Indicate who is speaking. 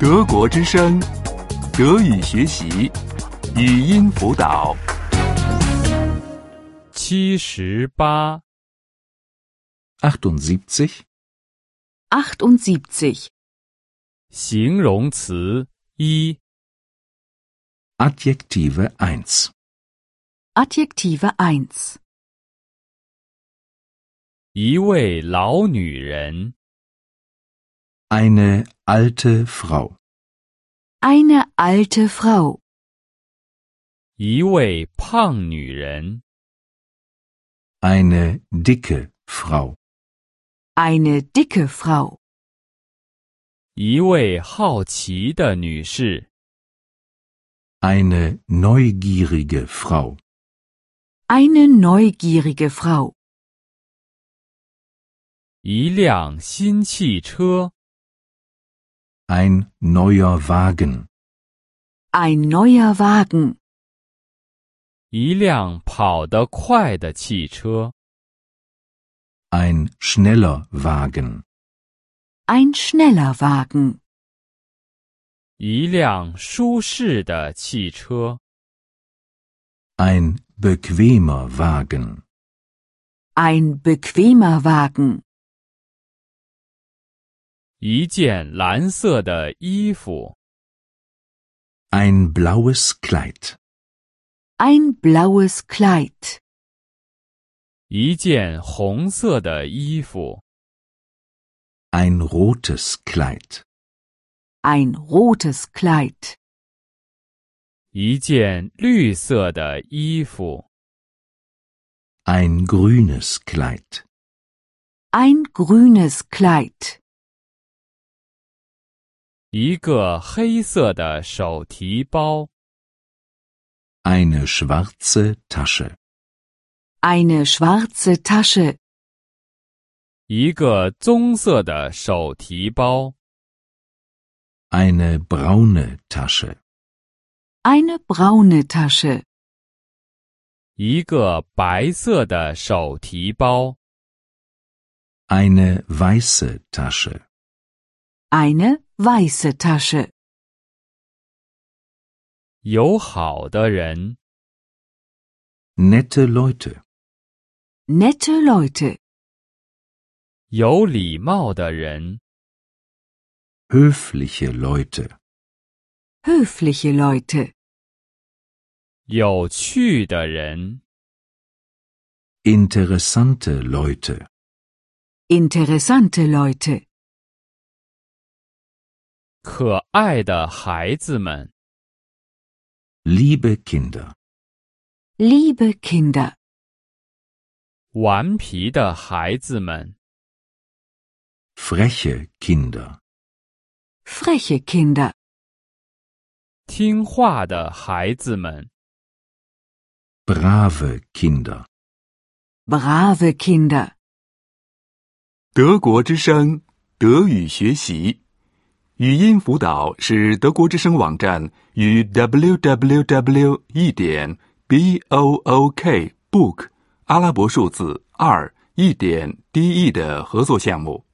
Speaker 1: 德国之声，德语学习，语音辅导。
Speaker 2: 七十八，
Speaker 3: 78,
Speaker 4: 78.
Speaker 2: 形容词一，
Speaker 3: Adjektive 1,
Speaker 4: Adjektive 1.
Speaker 2: 一位老女人，
Speaker 3: eine alte Frau,
Speaker 4: Eine alte Frau.
Speaker 2: 一位胖女人，
Speaker 3: eine dicke Frau,
Speaker 4: Eine dicke Frau.
Speaker 2: 一位好奇的女士，
Speaker 3: eine neugierige Frau,
Speaker 4: Eine neugierige Frau.
Speaker 2: 一辆新汽车，
Speaker 3: ein neuer Wagen,
Speaker 4: Ein neuer Wagen.
Speaker 2: 一辆跑得快的汽车，
Speaker 3: ein schneller Wagen,
Speaker 4: Ein schneller Wagen.
Speaker 2: 一辆舒适的汽车，
Speaker 3: ein bequemer Wagen,
Speaker 4: Ein bequemer Wagen.
Speaker 2: 一件蓝色的衣服，
Speaker 3: ein blaues Kleid,
Speaker 4: Ein blaues Kleid.
Speaker 2: 一件红色的衣服，
Speaker 3: ein rotes Kleid,
Speaker 4: Ein rotes Kleid.
Speaker 2: 一件绿色的衣服。
Speaker 3: ein grünes Kleid.
Speaker 4: Ein grünes Kleid.
Speaker 2: 一个黑色的手提包，
Speaker 3: Eine schwarze Tasche,
Speaker 4: Eine schwarze Tasche.
Speaker 2: 一个棕色的手提包，
Speaker 3: eine braune Tasche,
Speaker 4: Eine braune Tasche.
Speaker 2: 一个白色的手提包，
Speaker 3: eine weiße Tasche,
Speaker 4: Eine weiße Tasche.
Speaker 2: 有好的人，
Speaker 3: nette Leute,
Speaker 4: Nette Leute.
Speaker 2: 有礼貌的人，
Speaker 3: höfliche Leute,
Speaker 4: Höfliche Leute.
Speaker 2: 有趣的人，
Speaker 3: interessante Leute,
Speaker 4: Interessante Leute.
Speaker 2: 可爱的孩子们，
Speaker 3: liebe Kinder,
Speaker 4: Liebe Kinder.
Speaker 2: 顽皮的孩子们，
Speaker 3: freche Kinder,
Speaker 4: Freche Kinder.
Speaker 2: 听话的孩子们，
Speaker 3: brave Kinder.
Speaker 4: Brave Kinder.
Speaker 1: 德国之声，德语学习，语音辅导是德国之声网站与 www. 一点 b o o k book 阿拉伯数字二一点 d e 的合作项目。